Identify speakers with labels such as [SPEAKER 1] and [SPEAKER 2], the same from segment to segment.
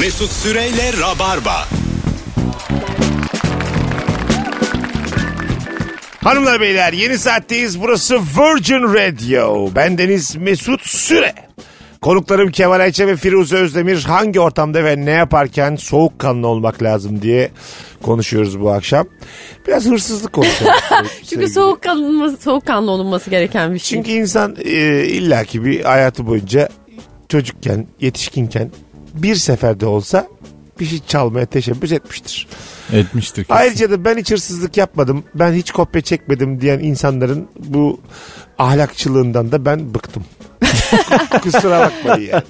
[SPEAKER 1] Mesut Süreyle Rabarba.
[SPEAKER 2] Hanımlar beyler yeni saatteyiz. Burası Virgin Radio. Bendeniz Mesut Süre. Konuklarım Kemal Ayça ve Firuze Özdemir hangi ortamda ve ne yaparken soğukkanlı olmak lazım diye konuşuyoruz bu akşam. Biraz hırsızlık konuşalım.
[SPEAKER 3] Çünkü soğuk kalınması, soğukkanlı olunması gereken bir şey.
[SPEAKER 2] Çünkü insan e, illaki bir hayatı boyunca çocukken, yetişkinken bir seferde olsa bir şey çalmaya teşebbüs etmiştir.
[SPEAKER 4] Etmiştir kesin.
[SPEAKER 2] Ayrıca da ben hiç hırsızlık yapmadım, ben hiç kopya çekmedim diyen insanların bu ahlakçılığından da ben bıktım. Kusura bakmayın yani.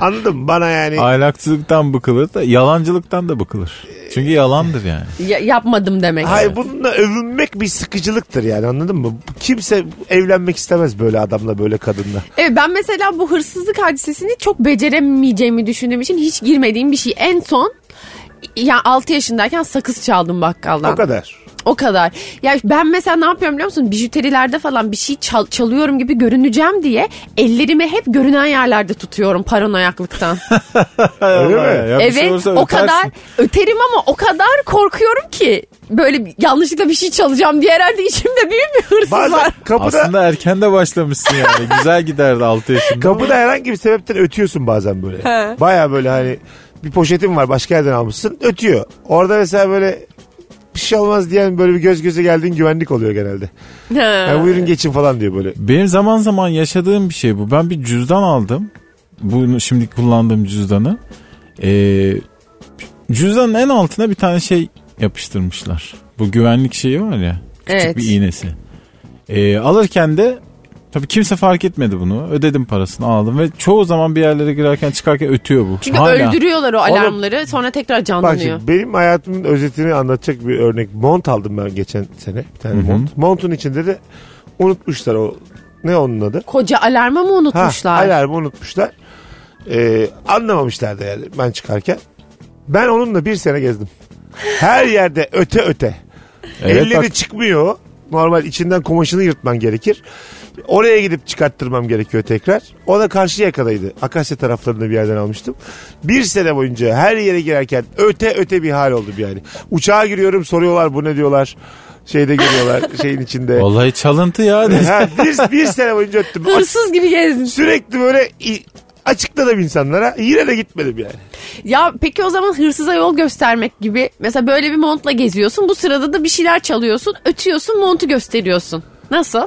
[SPEAKER 2] Anladın mı? Bana yani
[SPEAKER 4] Ahlaksızlıktan bıkılır da yalancılıktan da bıkılır. Çünkü yalandır yani.
[SPEAKER 3] Ya- yapmadım demek.
[SPEAKER 2] Hayır bununla övünmek bir sıkıcılıktır yani anladın mı? Kimse evlenmek istemez böyle adamla böyle kadınla.
[SPEAKER 3] Evet ben mesela bu hırsızlık hadisesini çok beceremeyeceğimi düşündüğüm için hiç girmediğim bir şey. En son ya 6 yaşındayken sakız çaldım bakkaldan.
[SPEAKER 2] O kadar.
[SPEAKER 3] O kadar. Ya ben mesela ne yapıyorum biliyor musun? Bijuterilerde falan bir şey çal- çalıyorum gibi görüneceğim diye ellerimi hep görünen yerlerde tutuyorum paranoyaklıktan.
[SPEAKER 2] Öyle mi?
[SPEAKER 4] Ya bir şey
[SPEAKER 3] evet
[SPEAKER 4] olursa
[SPEAKER 3] o
[SPEAKER 4] ötersin.
[SPEAKER 3] kadar öterim ama o kadar korkuyorum ki böyle bir- yanlışlıkla bir şey çalacağım diye herhalde içimde büyük bir hırsız
[SPEAKER 2] Bazen
[SPEAKER 3] var.
[SPEAKER 2] kapıda
[SPEAKER 4] Aslında erken de başlamışsın yani. Güzel giderdi 6 yaşında.
[SPEAKER 2] Kapıda herhangi bir sebepten ötüyorsun bazen böyle.
[SPEAKER 3] He.
[SPEAKER 2] Baya böyle hani bir poşetin var başka yerden almışsın ötüyor. Orada mesela böyle bir şey olmaz diyen böyle bir göz göze geldiğin güvenlik oluyor genelde.
[SPEAKER 3] Ha.
[SPEAKER 2] Yani buyurun geçin falan diyor böyle.
[SPEAKER 4] Benim zaman zaman yaşadığım bir şey bu. Ben bir cüzdan aldım. Bunu şimdi kullandığım cüzdanı. Ee, cüzdanın en altına bir tane şey yapıştırmışlar. Bu güvenlik şeyi var ya. Küçük
[SPEAKER 3] Evet.
[SPEAKER 4] bir iğnesi. Ee, alırken de tabii kimse fark etmedi bunu. Ödedim parasını aldım ve çoğu zaman bir yerlere girerken çıkarken ötüyor bu.
[SPEAKER 3] Çünkü
[SPEAKER 4] Hala.
[SPEAKER 3] öldürüyorlar o alarmları sonra tekrar
[SPEAKER 2] Bak
[SPEAKER 3] canlanıyor.
[SPEAKER 2] şimdi benim hayatımın özetini anlatacak bir örnek. Mont aldım ben geçen sene bir tane mont. Montun içinde de unutmuşlar o ne onun adı?
[SPEAKER 3] Koca alarma mı unutmuşlar?
[SPEAKER 2] Ha, alarmı unutmuşlar. Ee, anlamamışlar da yani ben çıkarken. Ben onunla bir sene gezdim. Her yerde öte öte.
[SPEAKER 4] Evet,
[SPEAKER 2] Elleri
[SPEAKER 4] bak.
[SPEAKER 2] çıkmıyor. Normal içinden kumaşını yırtman gerekir. Oraya gidip çıkarttırmam gerekiyor tekrar. O da karşı yakadaydı. Akasya taraflarında bir yerden almıştım. Bir sene boyunca her yere girerken öte öte bir hal oldum yani. Uçağa giriyorum soruyorlar bu ne diyorlar. Şeyde görüyorlar şeyin içinde.
[SPEAKER 4] Vallahi çalıntı ya.
[SPEAKER 3] şey
[SPEAKER 2] Ha, bir, bir sene boyunca öttüm.
[SPEAKER 3] Hırsız gibi gezdin.
[SPEAKER 2] Sürekli böyle i- açıkladım insanlara. Yine de gitmedim yani.
[SPEAKER 3] Ya peki o zaman hırsıza yol göstermek gibi. Mesela böyle bir montla geziyorsun. Bu sırada da bir şeyler çalıyorsun. Ötüyorsun montu gösteriyorsun. Nasıl?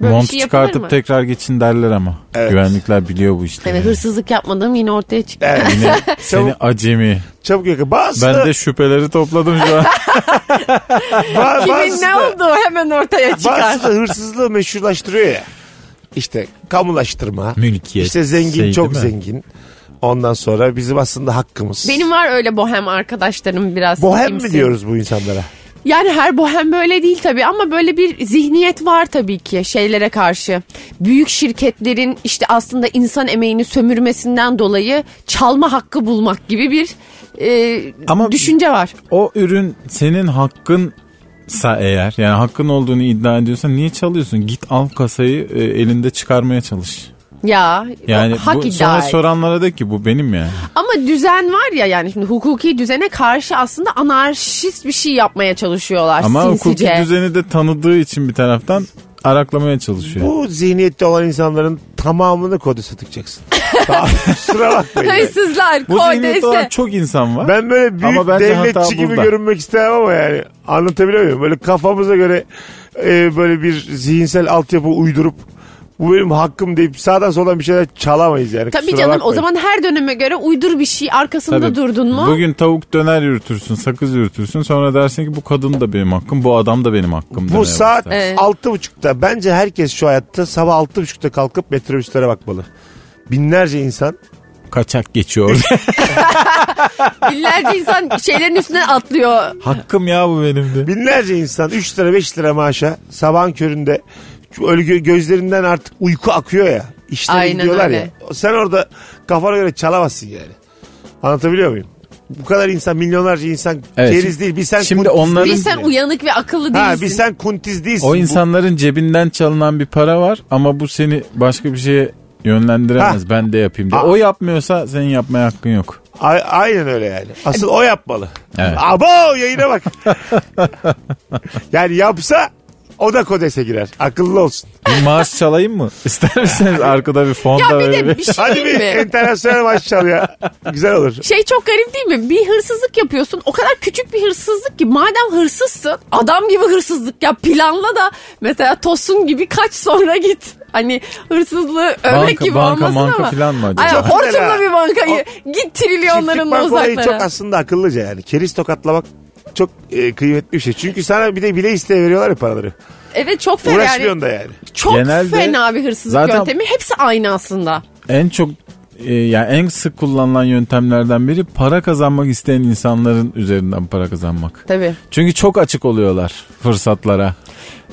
[SPEAKER 3] Böyle bir
[SPEAKER 4] Mont
[SPEAKER 3] şey yapılır
[SPEAKER 4] çıkartıp
[SPEAKER 3] mı?
[SPEAKER 4] tekrar geçin derler ama.
[SPEAKER 2] Evet.
[SPEAKER 4] Güvenlikler biliyor bu işleri.
[SPEAKER 3] Evet hırsızlık yapmadığım yine ortaya çıktı.
[SPEAKER 2] Evet.
[SPEAKER 4] Yine
[SPEAKER 2] Çabuk-
[SPEAKER 4] seni acemi.
[SPEAKER 2] Çabuk yakın. Bazısı
[SPEAKER 4] Ben
[SPEAKER 2] da-
[SPEAKER 4] de şüpheleri topladım şu an.
[SPEAKER 2] ba-
[SPEAKER 3] Kimin
[SPEAKER 2] bazısı
[SPEAKER 3] ne
[SPEAKER 2] da-
[SPEAKER 3] olduğu hemen ortaya çıkar.
[SPEAKER 2] Bazısı da hırsızlığı meşrulaştırıyor ya. İşte kamulaştırma.
[SPEAKER 4] Mülkiyet.
[SPEAKER 2] İşte zengin
[SPEAKER 4] şey
[SPEAKER 2] çok
[SPEAKER 4] değil mi?
[SPEAKER 2] zengin. Ondan sonra bizim aslında hakkımız.
[SPEAKER 3] Benim var öyle bohem arkadaşlarım biraz.
[SPEAKER 2] Bohem mi
[SPEAKER 3] kimsin?
[SPEAKER 2] diyoruz bu insanlara?
[SPEAKER 3] Yani her bohem böyle değil tabii ama böyle bir zihniyet var tabii ki şeylere karşı. Büyük şirketlerin işte aslında insan emeğini sömürmesinden dolayı çalma hakkı bulmak gibi bir e,
[SPEAKER 4] Ama-
[SPEAKER 3] düşünce var.
[SPEAKER 4] O ürün senin hakkınsa eğer yani hakkın olduğunu iddia ediyorsan niye çalıyorsun? Git al kasayı e, elinde çıkarmaya çalış.
[SPEAKER 3] Ya
[SPEAKER 4] Yani
[SPEAKER 3] hak
[SPEAKER 4] bu,
[SPEAKER 3] iddia.
[SPEAKER 4] sonra
[SPEAKER 3] et.
[SPEAKER 4] soranlara de ki bu benim yani.
[SPEAKER 3] Ama düzen var ya yani şimdi hukuki düzene karşı aslında anarşist bir şey yapmaya çalışıyorlar
[SPEAKER 4] Ama hukuki
[SPEAKER 3] sinsice.
[SPEAKER 4] düzeni de tanıdığı için bir taraftan araklamaya çalışıyor.
[SPEAKER 2] Bu zihniyette olan insanların tamamını kodu satıkacaksın. Tamam, Kusura bakmayın. yani.
[SPEAKER 3] Hırsızlar,
[SPEAKER 4] Bu zihniyette olan
[SPEAKER 3] kodese.
[SPEAKER 4] çok insan var.
[SPEAKER 2] Ben böyle büyük
[SPEAKER 4] Ama bence hata
[SPEAKER 2] devletçi gibi
[SPEAKER 4] burada.
[SPEAKER 2] görünmek istemem ama yani anlatabiliyor muyum? Böyle kafamıza göre e, böyle bir zihinsel altyapı uydurup bu benim hakkım deyip sağdan soldan bir şeyler çalamayız yani.
[SPEAKER 3] Tabii
[SPEAKER 2] Kusura
[SPEAKER 3] canım o
[SPEAKER 2] bakmayın.
[SPEAKER 3] zaman her döneme göre uydur bir şey arkasında
[SPEAKER 4] Tabii.
[SPEAKER 3] durdun mu?
[SPEAKER 4] Bugün tavuk döner yürütürsün, sakız yürütürsün. Sonra dersin ki bu kadın da benim hakkım, bu adam da benim hakkım. demeye
[SPEAKER 2] Bu saat
[SPEAKER 4] başlar.
[SPEAKER 3] Evet.
[SPEAKER 2] altı buçukta bence herkes şu hayatta sabah altı buçukta kalkıp metrobüslere bakmalı. Binlerce insan.
[SPEAKER 4] Kaçak geçiyor.
[SPEAKER 3] Binlerce insan şeylerin üstüne atlıyor.
[SPEAKER 4] hakkım ya bu benim de.
[SPEAKER 2] Binlerce insan 3 lira 5 lira maaşa sabahın köründe şu öyle gö- gözlerinden artık uyku akıyor ya. İşlere
[SPEAKER 3] Aynen
[SPEAKER 2] gidiyorlar
[SPEAKER 3] öyle.
[SPEAKER 2] ya. Sen orada kafana göre çalamazsın yani. Anlatabiliyor muyum? Bu kadar insan milyonlarca insan
[SPEAKER 4] Evet.
[SPEAKER 2] keriz değil. Bir sen
[SPEAKER 4] Şimdi
[SPEAKER 2] kuntiz
[SPEAKER 4] onların-
[SPEAKER 3] Bir
[SPEAKER 2] değilsin
[SPEAKER 3] sen
[SPEAKER 2] yani.
[SPEAKER 3] uyanık ve akıllı değilsin.
[SPEAKER 2] Ha, bir sen kuntiz değilsin.
[SPEAKER 4] O
[SPEAKER 2] Bu-
[SPEAKER 4] insanların cebinden çalınan bir para var ama bu seni başka bir şeye yönlendiremez.
[SPEAKER 2] Ha.
[SPEAKER 4] Ben de yapayım diye.
[SPEAKER 2] Aa.
[SPEAKER 4] O yapmıyorsa senin yapmaya hakkın yok.
[SPEAKER 2] A- aynen öyle yani. Asıl o yapmalı.
[SPEAKER 4] Evet.
[SPEAKER 2] Abo yayına bak. yani yapsa o da kodese girer. Akıllı olsun.
[SPEAKER 4] Bir marş çalayım mı? İster misiniz arkada bir fonda
[SPEAKER 3] Ya bir
[SPEAKER 4] böyle
[SPEAKER 3] de
[SPEAKER 4] bir...
[SPEAKER 3] bir şey
[SPEAKER 2] Hadi bir
[SPEAKER 3] değil mi?
[SPEAKER 2] enternasyonel maç çal ya. Güzel olur.
[SPEAKER 3] Şey çok garip değil mi? Bir hırsızlık yapıyorsun. O kadar küçük bir hırsızlık ki madem hırsızsın adam gibi hırsızlık yap. Planla da mesela tosun gibi kaç sonra git. Hani hırsızlığı övmek
[SPEAKER 4] Banka-
[SPEAKER 3] gibi
[SPEAKER 4] banka-
[SPEAKER 3] olmasın
[SPEAKER 4] banka
[SPEAKER 3] ama.
[SPEAKER 4] filan mı acaba?
[SPEAKER 3] Ay,
[SPEAKER 2] Çok güzel ha.
[SPEAKER 3] hortumla bir bankayı. Git
[SPEAKER 2] Çiftlik
[SPEAKER 3] trilyonlarınla
[SPEAKER 2] bank olayı çok
[SPEAKER 3] uzaklara.
[SPEAKER 2] aslında akıllıca yani. Keriz tokatlamak çok e, kıymetli bir şey. Çünkü sana bir de bile isteye veriyorlar ya paraları.
[SPEAKER 3] Evet çok fena
[SPEAKER 2] Uğraşmıyorsun
[SPEAKER 3] yani.
[SPEAKER 2] da yani.
[SPEAKER 3] Çok
[SPEAKER 4] Genelde
[SPEAKER 3] fena bir hırsızlık
[SPEAKER 4] zaten-
[SPEAKER 3] yöntemi. Hepsi aynı aslında.
[SPEAKER 4] En çok e, yani en sık kullanılan yöntemlerden biri para kazanmak isteyen insanların üzerinden para kazanmak.
[SPEAKER 3] Tabii.
[SPEAKER 4] Çünkü çok açık oluyorlar fırsatlara.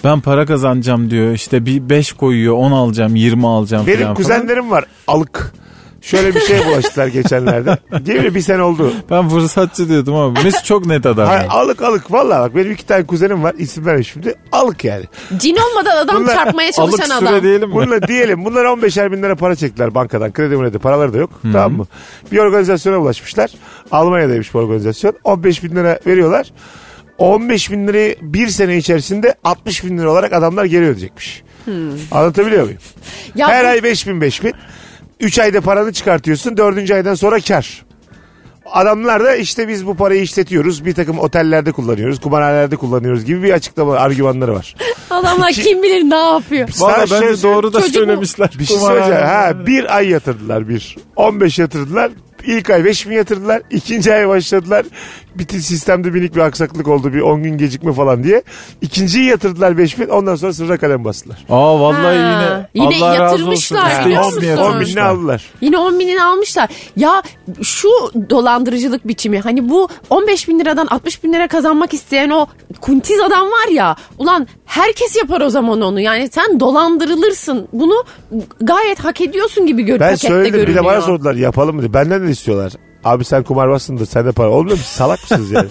[SPEAKER 4] Ben para kazanacağım diyor. İşte bir 5 koyuyor 10 alacağım 20 alacağım
[SPEAKER 2] Benim
[SPEAKER 4] falan.
[SPEAKER 2] kuzenlerim var. Alık. Şöyle bir şey bulaştılar geçenlerde. Değil mi? Bir sene oldu.
[SPEAKER 4] Ben fırsatçı diyordum ama biz çok net adam.
[SPEAKER 2] Hayır, alık alık. Valla bak benim iki tane kuzenim var. İsim vermeyeyim şimdi. Alık yani.
[SPEAKER 3] Cin olmadan adam
[SPEAKER 2] Bunlar-
[SPEAKER 3] çarpmaya
[SPEAKER 4] Alık
[SPEAKER 3] çalışan
[SPEAKER 4] süre
[SPEAKER 3] adam.
[SPEAKER 4] diyelim mi?
[SPEAKER 2] Bununla diyelim bunlar 15'er bin lira para çektiler bankadan. Kredi mredi paraları da yok. Tamam mı? Bir organizasyona ulaşmışlar. Almanya'daymış bu organizasyon. 15 bin lira veriyorlar. 15 bin lirayı bir sene içerisinde 60 bin lira olarak adamlar geri ödeyecekmiş. Anlatabiliyor muyum?
[SPEAKER 3] Hmm. Ya
[SPEAKER 2] Her
[SPEAKER 3] bu-
[SPEAKER 2] ay 5 bin 5 bin. 3 ayda paranı çıkartıyorsun. 4. aydan sonra kar. Adamlar da işte biz bu parayı işletiyoruz. Bir takım otellerde kullanıyoruz. Kumarhanelerde kullanıyoruz gibi bir açıklama argümanları var.
[SPEAKER 3] Adamlar kim bilir ne yapıyor.
[SPEAKER 4] Valla
[SPEAKER 2] Sana şöyle
[SPEAKER 4] bence
[SPEAKER 2] söyleyeyim.
[SPEAKER 4] doğru da
[SPEAKER 3] Çocuk mu?
[SPEAKER 4] söylemişler.
[SPEAKER 2] Bir şey söyleyeceğim. Ha, bir ay yatırdılar bir. 15 yatırdılar. İlk ay 5 bin yatırdılar. ikinci ay başladılar. Bütün sistemde minik bir aksaklık oldu. Bir 10 gün gecikme falan diye. İkinciyi yatırdılar 5 bin. Ondan sonra sıfıra kalem bastılar.
[SPEAKER 4] Aa vallahi
[SPEAKER 3] Ha.
[SPEAKER 4] yine,
[SPEAKER 3] Yine
[SPEAKER 4] Allah razı olsun.
[SPEAKER 3] yatırmışlar,
[SPEAKER 4] İşte
[SPEAKER 3] biliyor
[SPEAKER 4] hiç
[SPEAKER 3] musun?
[SPEAKER 4] mi
[SPEAKER 2] 10
[SPEAKER 4] yatırmışlar?
[SPEAKER 2] bin aldılar.
[SPEAKER 3] Yine 10 binini almışlar. Ya şu dolandırıcılık biçimi hani bu 15 bin liradan 60 bin lira kazanmak isteyen o kuntiz adam var ya. Ulan herkes yapar o zaman onu. Yani sen dolandırılırsın. Bunu gayet hak ediyorsun gibi gör,
[SPEAKER 2] Ben
[SPEAKER 3] pakette
[SPEAKER 2] söyledim. Bir
[SPEAKER 3] görünüyor.
[SPEAKER 2] de bana sordular yapalım mı diye. Benden de istiyorlar. Abi sen kumarbazsın da sende para olmuyor mu? Salak mısınız yani?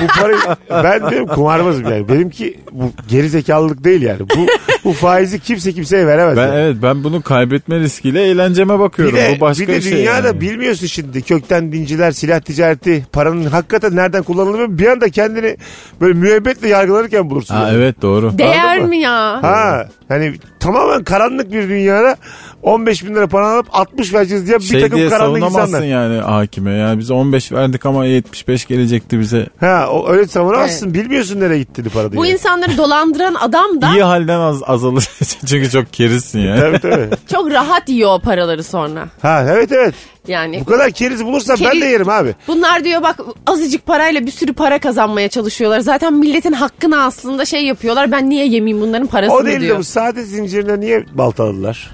[SPEAKER 2] bu parayı ben diyorum kumarbazım yani. Benimki bu gerizekalılık değil yani. Bu, bu faizi kimse kimseye veremez.
[SPEAKER 4] Ben
[SPEAKER 2] yani.
[SPEAKER 4] evet ben bunu kaybetme riskiyle eğlenceme bakıyorum.
[SPEAKER 2] Bir de,
[SPEAKER 4] Bu başka
[SPEAKER 2] bir de
[SPEAKER 4] şey.
[SPEAKER 2] dünyada
[SPEAKER 4] yani.
[SPEAKER 2] bilmiyorsun şimdi kökten dinciler, silah ticareti, paranın hakikaten nereden kullanıldığını bir anda kendini böyle müebbetle yargılanırken bulursun.
[SPEAKER 4] Ha
[SPEAKER 2] yani.
[SPEAKER 4] evet doğru.
[SPEAKER 3] Değer
[SPEAKER 2] Anladın mı?
[SPEAKER 3] mi ya?
[SPEAKER 2] Ha yani tamamen karanlık bir dünyada 15 bin lira para alıp 60 vereceğiz diye bir
[SPEAKER 4] şey
[SPEAKER 2] takım
[SPEAKER 4] diye
[SPEAKER 2] karanlık
[SPEAKER 4] savunamazsın
[SPEAKER 2] insanlar.
[SPEAKER 4] yani hakime. Yani biz 15 verdik ama 75 gelecekti bize.
[SPEAKER 2] Ha o, öyle savunamazsın bilmiyorsun nereye gittiğini para diye.
[SPEAKER 3] Bu insanları dolandıran adam da
[SPEAKER 4] İyi halden az azalır. Çünkü çok kerizsin ya.
[SPEAKER 2] Tabii tabii.
[SPEAKER 3] çok rahat yiyor o paraları sonra.
[SPEAKER 2] Ha evet evet.
[SPEAKER 3] Yani
[SPEAKER 2] Bu kadar keriz bulursam ben
[SPEAKER 3] Keriz-
[SPEAKER 2] de yerim abi.
[SPEAKER 3] Bunlar diyor bak azıcık parayla bir sürü para kazanmaya çalışıyorlar. Zaten milletin hakkını aslında şey yapıyorlar. Ben niye yemeyeyim bunların parasını
[SPEAKER 2] O değil de
[SPEAKER 3] diyor.
[SPEAKER 2] bu sade zincirine niye baltaladılar?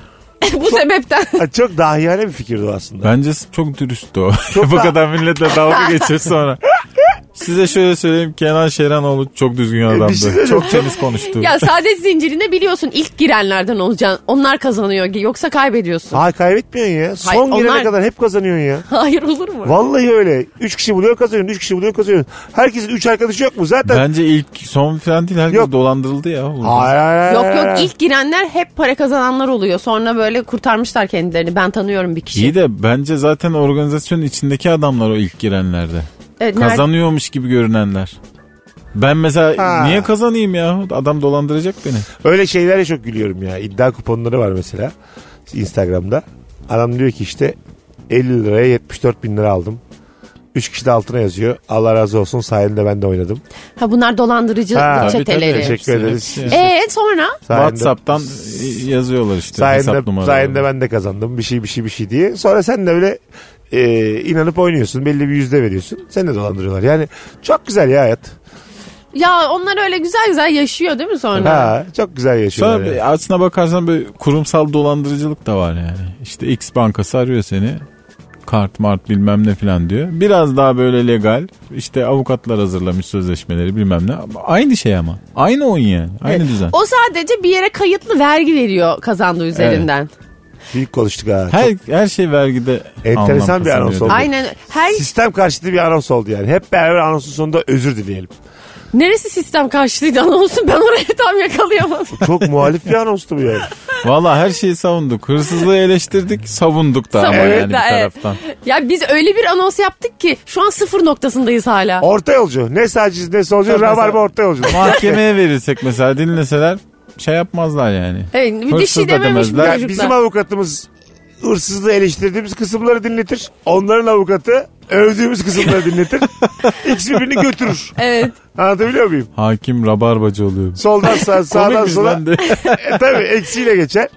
[SPEAKER 3] bu sebepten.
[SPEAKER 2] Ha, çok dahiyane bir fikirdi o aslında.
[SPEAKER 4] Bence çok dürüst o. Bu
[SPEAKER 2] da-
[SPEAKER 4] kadar milletle dalga geçir sonra. Size şöyle söyleyeyim Kenan Şeranoğlu çok düzgün
[SPEAKER 2] bir
[SPEAKER 4] adamdı.
[SPEAKER 2] şey söyleyeceğim.
[SPEAKER 4] çok temiz konuştu.
[SPEAKER 3] ya saadet zincirinde biliyorsun ilk girenlerden olacaksın. Onlar kazanıyor yoksa kaybediyorsun.
[SPEAKER 2] Ha kaybetmiyorsun ya. Son
[SPEAKER 3] Hayır,
[SPEAKER 2] girene
[SPEAKER 3] onlar-
[SPEAKER 2] kadar hep kazanıyorsun ya.
[SPEAKER 3] Hayır olur mu?
[SPEAKER 2] Vallahi öyle. 3 kişi buluyor kazanıyorsun. 3 kişi buluyor kazanıyorsun. Herkesin 3 arkadaşı yok mu? Zaten
[SPEAKER 4] Bence ilk son falan değil herkes
[SPEAKER 2] Yok.
[SPEAKER 4] dolandırıldı ya. burada.
[SPEAKER 2] Hayır, hayır,
[SPEAKER 3] Yok
[SPEAKER 2] hayır,
[SPEAKER 3] yok
[SPEAKER 2] hayır.
[SPEAKER 3] ilk girenler hep para kazananlar oluyor. Sonra böyle kurtarmışlar kendilerini. Ben tanıyorum bir kişi.
[SPEAKER 4] İyi de bence zaten organizasyonun içindeki adamlar o ilk girenlerde.
[SPEAKER 3] Evet, E, nerede-
[SPEAKER 4] Kazanıyormuş gibi görünenler. Ben mesela
[SPEAKER 2] Ha.
[SPEAKER 4] niye kazanayım ya? Adam dolandıracak beni.
[SPEAKER 2] Öyle şeylere çok gülüyorum ya. İddia kuponları var mesela. Instagram'da. Adam diyor ki işte 50 liraya 74 bin lira aldım. 3 kişi de altına yazıyor. Allah razı olsun sayende ben de oynadım.
[SPEAKER 3] Ha bunlar dolandırıcı
[SPEAKER 2] Ha, tabii,
[SPEAKER 3] çeteleri.
[SPEAKER 2] tabii. Teşekkür ederiz.
[SPEAKER 4] Hepsi.
[SPEAKER 3] Ee sonra
[SPEAKER 2] Sayende,
[SPEAKER 4] WhatsApp'tan yazıyorlar işte hesap
[SPEAKER 2] sayende,
[SPEAKER 4] numaraları.
[SPEAKER 2] sayende ben de kazandım. Bir şey bir şey bir şey diye. Sonra sen de böyle e, inanıp oynuyorsun. Belli bir yüzde veriyorsun. Seni de dolandırıyorlar. Yani çok güzel ya hayat.
[SPEAKER 3] ya onlar öyle güzel güzel yaşıyor değil mi sonra?
[SPEAKER 2] Ha, çok güzel yaşıyorlar.
[SPEAKER 4] Sonra
[SPEAKER 2] yani.
[SPEAKER 4] bir- aslına bakarsan böyle kurumsal dolandırıcılık da var yani. İşte X bankası arıyor seni. Kart mart bilmem ne filan diyor. Biraz daha böyle legal. işte avukatlar hazırlamış sözleşmeleri bilmem ne. Ama Aynı şey ama. Aynı oyun yani. Aynı düzen.
[SPEAKER 3] O sadece bir yere kayıtlı vergi veriyor kazandığı üzerinden.
[SPEAKER 2] Büyük konuştuk ha. Çok
[SPEAKER 4] Her, her şey vergide
[SPEAKER 2] Enteresan
[SPEAKER 4] anlam
[SPEAKER 2] bir anons
[SPEAKER 4] kazanıyor.
[SPEAKER 2] oldu.
[SPEAKER 3] Aynen her
[SPEAKER 2] Sistem karşıtı bir anons oldu yani. Hep beraber anonsun sonunda özür dileyelim.
[SPEAKER 3] Neresi sistem karşılıydı anonsun ben oraya tam yakalayamadım.
[SPEAKER 2] Çok muhalif bir anonstu bu yani.
[SPEAKER 4] Valla her şeyi savunduk. Hırsızlığı eleştirdik, savunduk da ama
[SPEAKER 3] Savunduk
[SPEAKER 4] yani
[SPEAKER 3] da,
[SPEAKER 4] bir
[SPEAKER 3] evet.
[SPEAKER 4] taraftan.
[SPEAKER 3] ya biz öyle bir anons yaptık ki şu an sıfır noktasındayız hala.
[SPEAKER 2] Orta yolcu. Ne sağcıyız ne solcu.
[SPEAKER 4] Tabii,
[SPEAKER 2] Rabarba
[SPEAKER 4] mesela-
[SPEAKER 2] orta yolcu.
[SPEAKER 4] Mahkemeye verirsek mesela dinleseler şey yapmazlar yani.
[SPEAKER 3] Evet, bir de
[SPEAKER 4] Hırsız
[SPEAKER 3] şey
[SPEAKER 4] da
[SPEAKER 3] dememiş bu
[SPEAKER 4] demezler.
[SPEAKER 2] Ya
[SPEAKER 3] çocuklar.
[SPEAKER 2] bizim avukatımız hırsızlığı eleştirdiğimiz kısımları dinletir. Onların avukatı övdüğümüz kısımları dinletir. İkisi birbirini götürür.
[SPEAKER 3] Evet.
[SPEAKER 2] Anlatabiliyor muyum?
[SPEAKER 4] Hakim rabarbacı oluyor.
[SPEAKER 2] Soldan sağa, sağdan
[SPEAKER 4] Komik
[SPEAKER 2] sola.
[SPEAKER 4] bizden de.
[SPEAKER 2] E, tabii eksiyle geçer.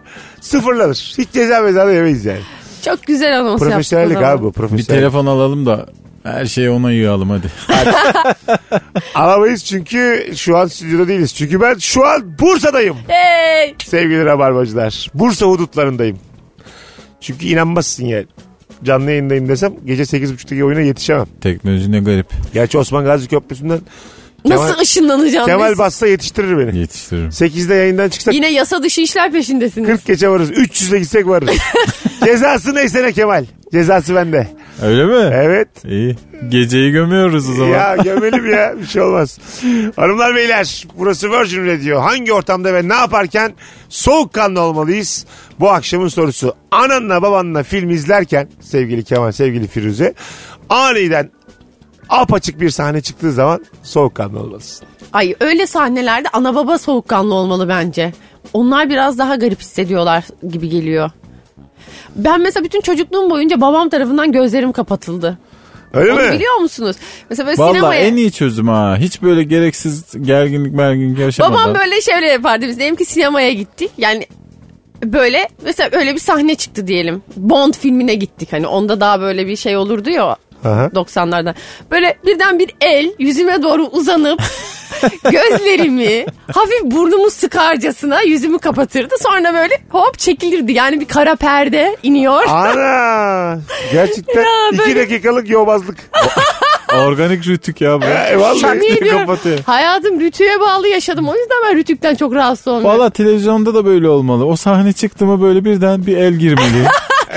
[SPEAKER 2] Sıfırlanır. Hiç ceza mezarı yemeyiz yani.
[SPEAKER 3] Çok güzel anons yaptık.
[SPEAKER 2] Profesyonellik
[SPEAKER 3] o zaman.
[SPEAKER 2] abi bu.
[SPEAKER 4] bir
[SPEAKER 2] Profesyonellik.
[SPEAKER 4] telefon alalım da her şeyi ona yığalım hadi.
[SPEAKER 2] Alamayız çünkü şu an stüdyoda değiliz. Çünkü ben şu an Bursa'dayım.
[SPEAKER 3] Hey!
[SPEAKER 2] Sevgili Rabarbacılar. Bursa hudutlarındayım. Çünkü inanmazsın yani. Canlı yayındayım desem gece 8.30'daki oyuna yetişemem.
[SPEAKER 4] Teknoloji ne garip.
[SPEAKER 2] Gerçi Osman Gazi Köprüsü'nden
[SPEAKER 3] Nasıl
[SPEAKER 2] Kemal-
[SPEAKER 3] ışınlanacağım
[SPEAKER 2] Kemal
[SPEAKER 3] biz?
[SPEAKER 2] bassa yetiştirir beni.
[SPEAKER 4] Yetiştiririm.
[SPEAKER 2] 8'de yayından çıksak
[SPEAKER 3] Yine yasa dışı işler peşindesiniz.
[SPEAKER 2] 40 geçe varırız. 300'e gitsek varırız. Cezası neyse ne Kemal. Cezası bende.
[SPEAKER 4] Öyle mi?
[SPEAKER 2] Evet.
[SPEAKER 4] İyi. Geceyi gömüyoruz o zaman.
[SPEAKER 2] Ya gömelim ya bir şey olmaz. Hanımlar beyler burası Virgin Radio. Hangi ortamda ve ne yaparken soğukkanlı olmalıyız? Bu akşamın sorusu. Ananla babanla film izlerken sevgili Kemal sevgili Firuze aniden apaçık bir sahne çıktığı zaman soğukkanlı olmalısın.
[SPEAKER 3] Ay öyle sahnelerde ana baba soğukkanlı olmalı bence. Onlar biraz daha garip hissediyorlar gibi geliyor. Ben mesela bütün çocukluğum boyunca babam tarafından gözlerim kapatıldı.
[SPEAKER 2] Öyle
[SPEAKER 3] Onu
[SPEAKER 2] mi?
[SPEAKER 3] biliyor musunuz? Mesela böyle
[SPEAKER 4] Valla
[SPEAKER 3] sinemaya...
[SPEAKER 4] en iyi çözüm ha. Hiç böyle gereksiz gerginlik merginlik yaşamadan.
[SPEAKER 3] Babam böyle şeyler yapardı biz. Diyelim ki sinemaya gittik. Yani böyle mesela öyle bir sahne çıktı diyelim. Bond filmine gittik. Hani onda daha böyle bir şey olurdu ya
[SPEAKER 2] Aha.
[SPEAKER 3] 90'larda. Böyle birden bir el yüzüme doğru uzanıp gözlerimi hafif burnumu sıkarcasına yüzümü kapatırdı. Sonra böyle hop çekilirdi. Yani bir kara perde iniyor.
[SPEAKER 2] Ana! Gerçekten
[SPEAKER 3] Ya
[SPEAKER 2] iki dakikalık yobazlık.
[SPEAKER 4] Organik rütük ya bu.
[SPEAKER 2] E, vallahi
[SPEAKER 3] Yemin ediyorum,
[SPEAKER 4] kapatıyor.
[SPEAKER 3] hayatım rütüye bağlı yaşadım. O yüzden ben rütükten çok rahatsız olmuyorum.
[SPEAKER 4] Valla televizyonda da böyle olmalı. O sahne çıktı mı böyle birden bir el girmeli.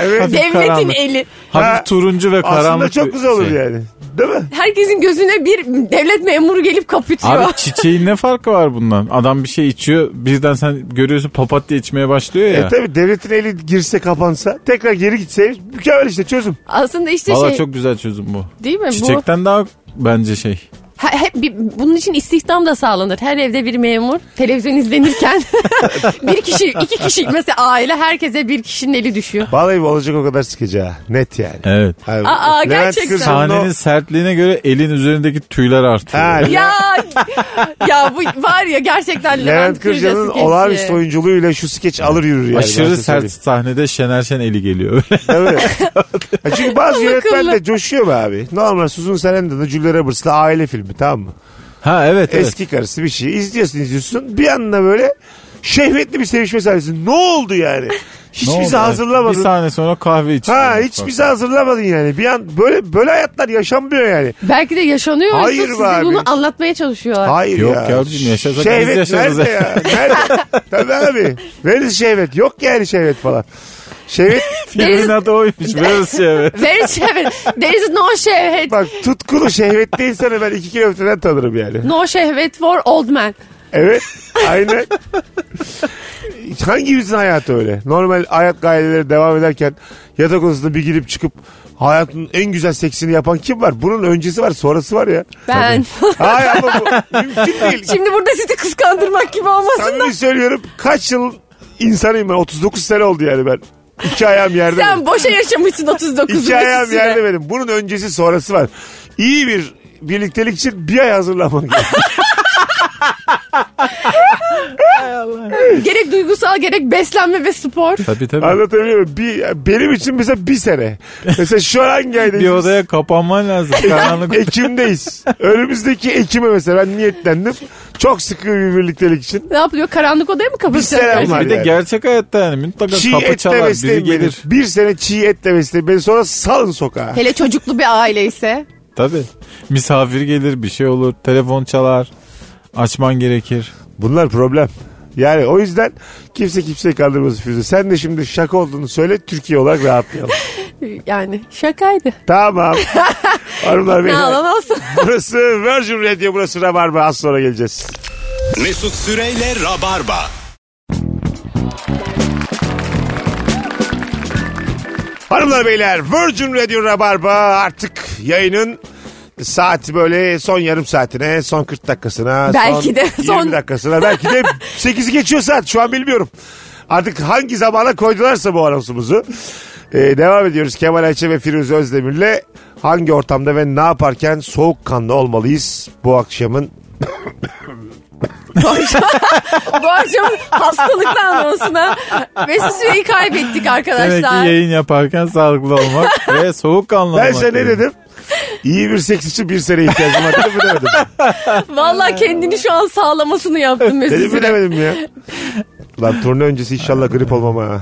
[SPEAKER 2] evet.
[SPEAKER 4] Hafif
[SPEAKER 3] Devletin
[SPEAKER 4] karanlık.
[SPEAKER 3] eli.
[SPEAKER 2] Ha,
[SPEAKER 4] Hafif turuncu ve karanlık.
[SPEAKER 2] Aslında çok
[SPEAKER 4] bir
[SPEAKER 2] güzel olur
[SPEAKER 4] şey.
[SPEAKER 2] yani. Değil mi?
[SPEAKER 3] Herkesin gözüne bir devlet memuru gelip kapatıyor.
[SPEAKER 4] Abi çiçeğin ne farkı var bundan? Adam bir şey içiyor birden sen görüyorsun papatya içmeye başlıyor ya.
[SPEAKER 2] E tabi devletin eli girse kapansa tekrar geri gitse mükemmel işte çözüm.
[SPEAKER 3] Aslında işte
[SPEAKER 4] Valla
[SPEAKER 3] şey
[SPEAKER 4] çok güzel çözüm bu.
[SPEAKER 3] değil mi E, bu?
[SPEAKER 4] Çiçekten daha bence şey.
[SPEAKER 3] Ha- hep bir- bunun için istihdam da sağlanır. Her evde bir memur televizyon izlenirken bir kişi, iki kişi mesela aile herkese bir kişinin eli düşüyor.
[SPEAKER 2] Vallahi bu olacak o kadar sıkıcı ha. Net yani.
[SPEAKER 4] Evet.
[SPEAKER 2] Abi,
[SPEAKER 3] Aa, gerçekten.
[SPEAKER 2] Kırk'ın
[SPEAKER 4] Sahnenin sertliğine göre elin üzerindeki tüyler
[SPEAKER 2] o-
[SPEAKER 4] artıyor.
[SPEAKER 2] Ha,
[SPEAKER 3] ya ya bu var ya gerçekten
[SPEAKER 2] Levent Kırca'nın
[SPEAKER 3] skeçi.
[SPEAKER 2] olağanüstü oyunculuğuyla şu skeç alır yürür yani. ben
[SPEAKER 4] Aşırı
[SPEAKER 2] size
[SPEAKER 4] sert sahnede Şener Şen eli geliyor.
[SPEAKER 2] söyleyeyim. Tabii. Ya Çünkü bazı yönetmen de
[SPEAKER 3] akıllı.
[SPEAKER 2] coşuyor be abi. Normal Suzun Sarandon'da Julia Roberts'la aile filmi tamam mı?
[SPEAKER 4] ha evet evet.
[SPEAKER 2] Eski karısı bir şey. İzliyorsun izliyorsun bir anda böyle şehvetli bir sevişme sahnesi. Ne oldu yani? Hiç
[SPEAKER 4] Ne oldu?
[SPEAKER 2] bizi hazırlamadın.
[SPEAKER 4] Bir sahne sonra kahve içti.
[SPEAKER 2] Ha hiç bizi hazırlamadın yani. Bir an böyle böyle hayatlar yaşanmıyor yani.
[SPEAKER 3] Belki de yaşanıyor.
[SPEAKER 2] Hayır
[SPEAKER 3] Hayır
[SPEAKER 2] be
[SPEAKER 3] size
[SPEAKER 2] abi.
[SPEAKER 3] bunu anlatmaya çalışıyorlar.
[SPEAKER 2] Hayır
[SPEAKER 4] Yok
[SPEAKER 2] ya.
[SPEAKER 4] yavrucuğum, yaşasak
[SPEAKER 2] Şehvet
[SPEAKER 4] biz yaşarız
[SPEAKER 2] nerede ya? Nerede? Tabii abi. Veriz şehvet. Yok yani şehvet falan. Şehvet
[SPEAKER 4] Filmin adı oymuş. Böyle şey evet.
[SPEAKER 3] Very şehvet. There is no şehvet.
[SPEAKER 2] bak tutkulu şehvetli insanı ben iki kilometreden tanırım yani.
[SPEAKER 3] No şehvet for old man.
[SPEAKER 2] Evet. Aynen. Hangimizin hayatı öyle? Normal hayat gayeleri devam ederken yatak odasında bir girip çıkıp hayatın en güzel seksini yapan kim var? Bunun öncesi var sonrası var ya.
[SPEAKER 3] Ben.
[SPEAKER 2] Hayır ama bu mümkün değil.
[SPEAKER 3] Şimdi burada sizi kıskandırmak gibi olmasın.
[SPEAKER 2] Samimi söylüyorum kaç yıl insanıyım ben 39 sene oldu yani ben. İki ayağım yerde. benim.
[SPEAKER 3] Sen boşa yaşamışsın 39
[SPEAKER 2] İki ayağım
[SPEAKER 3] süre.
[SPEAKER 2] yerde benim. Bunun öncesi sonrası var. İyi bir birliktelik için bir ay hazırlanmak gerekiyor.
[SPEAKER 3] Gerek duygusal gerek beslenme ve spor.
[SPEAKER 4] Tabii tabii.
[SPEAKER 2] Anlatabiliyor muyum? Bir, benim için mesela bir sene. Mesela şu an hangi aydayız?
[SPEAKER 4] Bir odaya kapanman lazım. Karanlık.
[SPEAKER 2] e, Ekim'deyiz. Önümüzdeki Ekim'e mesela ben niyetlendim. Çok sıkı bir birliktelik için.
[SPEAKER 3] Ne yapıyor? Karanlık odaya mı
[SPEAKER 2] Bir selam
[SPEAKER 3] kapatacak?
[SPEAKER 2] var.
[SPEAKER 4] bir de
[SPEAKER 2] yani.
[SPEAKER 4] gerçek hayatta yani mutlaka
[SPEAKER 2] Çiğ
[SPEAKER 4] kapı
[SPEAKER 2] etle
[SPEAKER 4] çalar biri
[SPEAKER 2] besleyin beni.
[SPEAKER 4] gelir.
[SPEAKER 2] Bir sene çiğ etle besleyin beni. Sonra salın sokağa.
[SPEAKER 3] Hele çocuklu bir aile ise.
[SPEAKER 4] Tabii. Misafir gelir bir şey olur. Telefon çalar. Açman gerekir.
[SPEAKER 2] Bunlar problem. Yani o yüzden kimse kimseyi kandırmasın Firuze. Sen de şimdi şaka olduğunu söyle Türkiye olarak rahatlayalım.
[SPEAKER 3] Yani şakaydı.
[SPEAKER 2] tamam. Hanımlar
[SPEAKER 3] Ne
[SPEAKER 2] beyler.
[SPEAKER 3] alan olsun.
[SPEAKER 2] Burası Virgin Radio burası Rabarba. Az sonra geleceğiz.
[SPEAKER 1] Mesut Süreyle Rabarba.
[SPEAKER 2] Hanımlar beyler Virgin Radio Rabarba artık yayının saat böyle son yarım saatine, son 40 dakikasına,
[SPEAKER 3] Belki
[SPEAKER 2] son
[SPEAKER 3] de
[SPEAKER 2] 20
[SPEAKER 3] son-
[SPEAKER 2] dakikasına, belki de 8'i geçiyor saat şu an bilmiyorum. Artık hangi zamana koydularsa bu anonsumuzu. Ee, devam ediyoruz Kemal Ayça ve Firuze Özdemir'le hangi ortamda ve ne yaparken soğukkanlı olmalıyız bu akşamın
[SPEAKER 3] Bu akşam hastalıklı anonsuna Mesut Süreyi kaybettik
[SPEAKER 4] Demek ki
[SPEAKER 3] arkadaşlar.
[SPEAKER 4] yayın yaparken sağlıklı olmak ve soğukkanlı olmak.
[SPEAKER 2] Ben size ne
[SPEAKER 4] demek.
[SPEAKER 2] dedim? İyi bir seks için bir sene ihtiyacım var dedim mi demedim?
[SPEAKER 3] Vallahi kendini şu an sağlamasını yaptın Mesut
[SPEAKER 2] Dedim mi
[SPEAKER 3] Süre.
[SPEAKER 2] demedim mi ya? Lan turne öncesi inşallah grip olmam ha.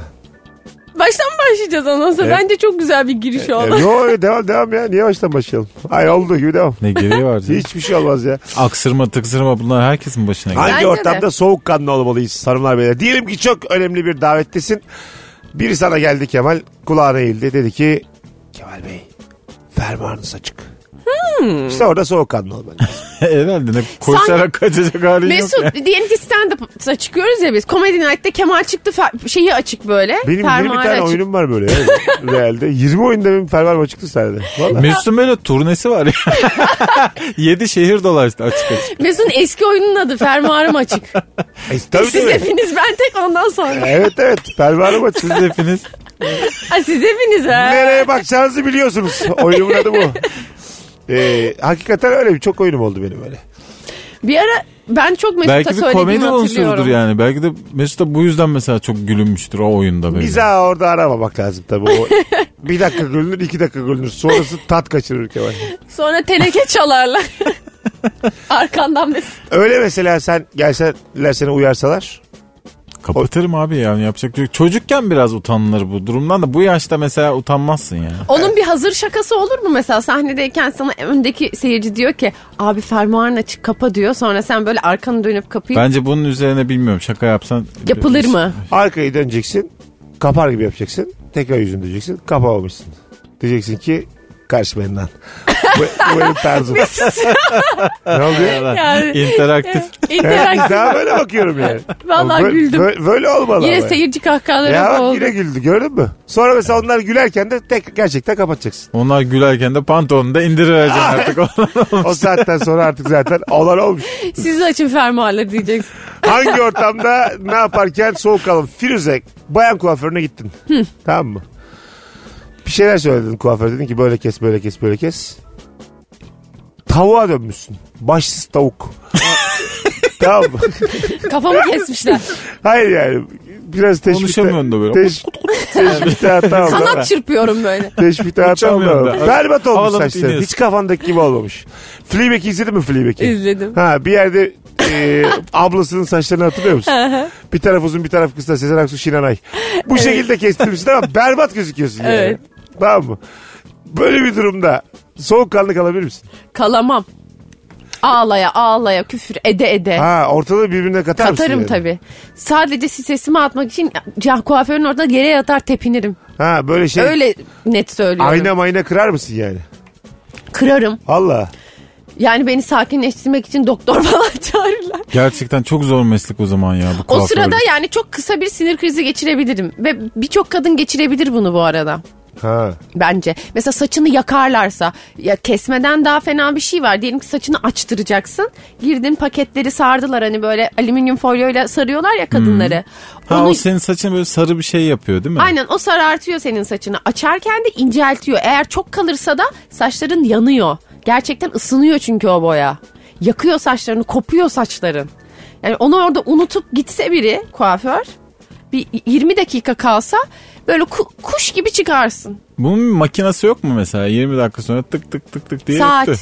[SPEAKER 3] Baştan mı başlayacağız anonsa.
[SPEAKER 2] Evet.
[SPEAKER 3] Bence çok güzel bir giriş oldu.
[SPEAKER 2] Yok yo, devam devam ya. Niye baştan başlayalım? Ay oldu gibi devam.
[SPEAKER 4] Ne gereği var canım?
[SPEAKER 2] Hiçbir şey olmaz ya.
[SPEAKER 4] Aksırma tıksırma bunlar herkesin başına geliyor.
[SPEAKER 2] Hangi
[SPEAKER 3] de.
[SPEAKER 2] ortamda soğukkanlı olmalıyız hanımlar beyler? Diyelim ki çok önemli bir davettesin. Biri sana geldi Kemal. Kulağına eğildi. Dedi ki Kemal Bey fermanınız açık.
[SPEAKER 3] Hmm.
[SPEAKER 2] İşte orada soğukkanlı olmalı.
[SPEAKER 4] Herhalde ne koşarak kaçacak hali yok.
[SPEAKER 3] Mesut diyelim ki stand-up'a çıkıyoruz ya biz. Comedy Night'te Kemal çıktı fer- şeyi açık böyle.
[SPEAKER 2] Benim 20
[SPEAKER 3] fermuarı
[SPEAKER 2] tane
[SPEAKER 3] açık.
[SPEAKER 2] oyunum var böyle. ya, Realde. 20 oyunda benim fermanım açıktı sahnede. Valla.
[SPEAKER 4] Mesut'un böyle turnesi var ya. Yedi şehir dolaştı açık açık.
[SPEAKER 3] Mesut'un eski oyunun adı Fermuarım Açık.
[SPEAKER 2] E, tabii
[SPEAKER 3] Siz
[SPEAKER 2] tabii.
[SPEAKER 3] hepiniz ben tek ondan sonra.
[SPEAKER 2] Evet evet. Fermanım açık.
[SPEAKER 4] Siz hepiniz
[SPEAKER 3] Ha, siz hepiniz ha.
[SPEAKER 2] Nereye bakacağınızı biliyorsunuz. Oyunumun adı bu. Ee, hakikaten öyle bir çok oyunum oldu benim öyle.
[SPEAKER 3] Bir ara ben çok Mesut'a
[SPEAKER 4] belki bir
[SPEAKER 3] söylediğimi
[SPEAKER 4] komedi
[SPEAKER 3] hatırlıyorum.
[SPEAKER 4] unsurudur yani. Belki de Mesut da bu yüzden mesela çok gülünmüştür o oyunda böyle.
[SPEAKER 2] Biza orada aramamak lazım tabii. O bir dakika gülünür, iki dakika gülünür. Sonrası tat kaçırır Kemal.
[SPEAKER 3] Sonra teneke çalarlar. Arkandan Mesut.
[SPEAKER 2] Öyle mesela sen gelseler seni uyarsalar.
[SPEAKER 4] Kapatırım abi yani yapacak bir şey yok. Çocukken biraz utanılır bu durumdan da bu yaşta mesela utanmazsın ya.
[SPEAKER 3] Onun bir hazır şakası olur mu mesela sahnedeyken sana öndeki seyirci diyor ki abi fermuarın açık kapa diyor. Sonra sen böyle arkanı dönüp kapıyı
[SPEAKER 4] Bence bunun üzerine bilmiyorum şaka yapsan.
[SPEAKER 3] yapılır mı?
[SPEAKER 2] Arkayı döneceksin. Kapar gibi yapacaksın. Tekrar yüzünü diyeceksin. Kapamamışsın. Diyeceksin ki karışmayın lan. bu, bu benim tarzım. ne oluyor?
[SPEAKER 3] Yani-
[SPEAKER 4] İnteraktif.
[SPEAKER 3] İnteraktif.
[SPEAKER 2] Daha böyle bakıyorum yani.
[SPEAKER 3] Vallahi
[SPEAKER 2] Böyle-
[SPEAKER 3] güldüm.
[SPEAKER 2] Böyle, böyle olmalı
[SPEAKER 3] Yine
[SPEAKER 2] ama yani.
[SPEAKER 3] seyirci kahkahaları
[SPEAKER 2] Ya bak
[SPEAKER 3] oldu.
[SPEAKER 2] yine güldü gördün mü? Sonra mesela onlar gülerken de tek gerçekten kapatacaksın.
[SPEAKER 4] Onlar gülerken de pantolonunu da indirivereceksin
[SPEAKER 3] Ah!
[SPEAKER 4] artık.
[SPEAKER 2] O saatten sonra artık zaten olan olmuş.
[SPEAKER 3] Siz de açın fermuarları diyeceksin.
[SPEAKER 2] Hangi ortamda ne yaparken soğuk kalın? Firuze bayan kuaförüne gittin. tamam mı? Bir şeyler söyledin kuaför dedin ki böyle kes böyle kes böyle kes. Tavuğa dönmüşsün. Başsız tavuk. tamam mı?
[SPEAKER 3] Kafamı kesmişler.
[SPEAKER 2] Hayır yani biraz teşvikte.
[SPEAKER 4] Konuşamıyorsun da böyle.
[SPEAKER 2] Teş, teşvikte hatam var.
[SPEAKER 3] Kanat çırpıyorum böyle.
[SPEAKER 2] Teşvikte hatam
[SPEAKER 4] Uçamıyorum
[SPEAKER 2] var.
[SPEAKER 4] da.
[SPEAKER 2] Berbat olmuş
[SPEAKER 4] Havalanıp
[SPEAKER 2] saçların.
[SPEAKER 4] iniyorsun.
[SPEAKER 2] Hiç kafandaki gibi olmamış. Fleabag'i izledin mi Fleabag'i?
[SPEAKER 3] İzledim.
[SPEAKER 2] Ha bir yerde e, ablasının saçlarını hatırlıyor musun? bir taraf uzun bir taraf kısa Sezen Aksu Şinanay. Bu şekilde kestirmişsin ama berbat gözüküyorsun yani.
[SPEAKER 3] Evet.
[SPEAKER 2] Tamam mı? Böyle bir durumda soğukkanlı kalabilir misin?
[SPEAKER 3] Kalamam. Ağlaya ağlaya küfür ede ede.
[SPEAKER 2] Ha ortalığı birbirine katar mısın?
[SPEAKER 3] Katarım
[SPEAKER 2] yani?
[SPEAKER 3] tabii. Sadece sesimi atmak için ya, kuaförün orada yere yatar tepinirim.
[SPEAKER 2] Ha böyle şey
[SPEAKER 3] Öyle net söylüyorum.
[SPEAKER 2] ayna mayna kırar mısın yani?
[SPEAKER 3] Kırarım.
[SPEAKER 2] Allah.
[SPEAKER 3] Yani beni sakinleştirmek için doktor falan çağırırlar.
[SPEAKER 4] Gerçekten çok zor meslek o zaman ya bu
[SPEAKER 3] O
[SPEAKER 4] kuaförlük.
[SPEAKER 3] sırada yani çok kısa bir sinir krizi geçirebilirim. Ve birçok kadın geçirebilir bunu bu arada.
[SPEAKER 2] Ha.
[SPEAKER 3] Bence. Mesela saçını yakarlarsa ya kesmeden daha fena bir şey var. Diyelim ki saçını açtıracaksın. Girdin paketleri sardılar hani böyle alüminyum folyoyla sarıyorlar ya kadınları.
[SPEAKER 4] Ha
[SPEAKER 3] Onu-
[SPEAKER 4] o senin saçın böyle sarı bir şey yapıyor değil mi?
[SPEAKER 3] Aynen o sarartıyor senin saçını. Açarken de inceltiyor. Eğer çok kalırsa da saçların yanıyor. Gerçekten ısınıyor çünkü o boya. Yakıyor saçlarını, kopuyor saçların. Yani onu orada unutup gitse biri kuaför bir 20 dakika kalsa böyle ku- kuş gibi çıkarsın.
[SPEAKER 4] Bunun bir makinesi yok mu mesela? 20 dakika sonra tık tık tık tık diye
[SPEAKER 3] Saat.
[SPEAKER 4] öttü.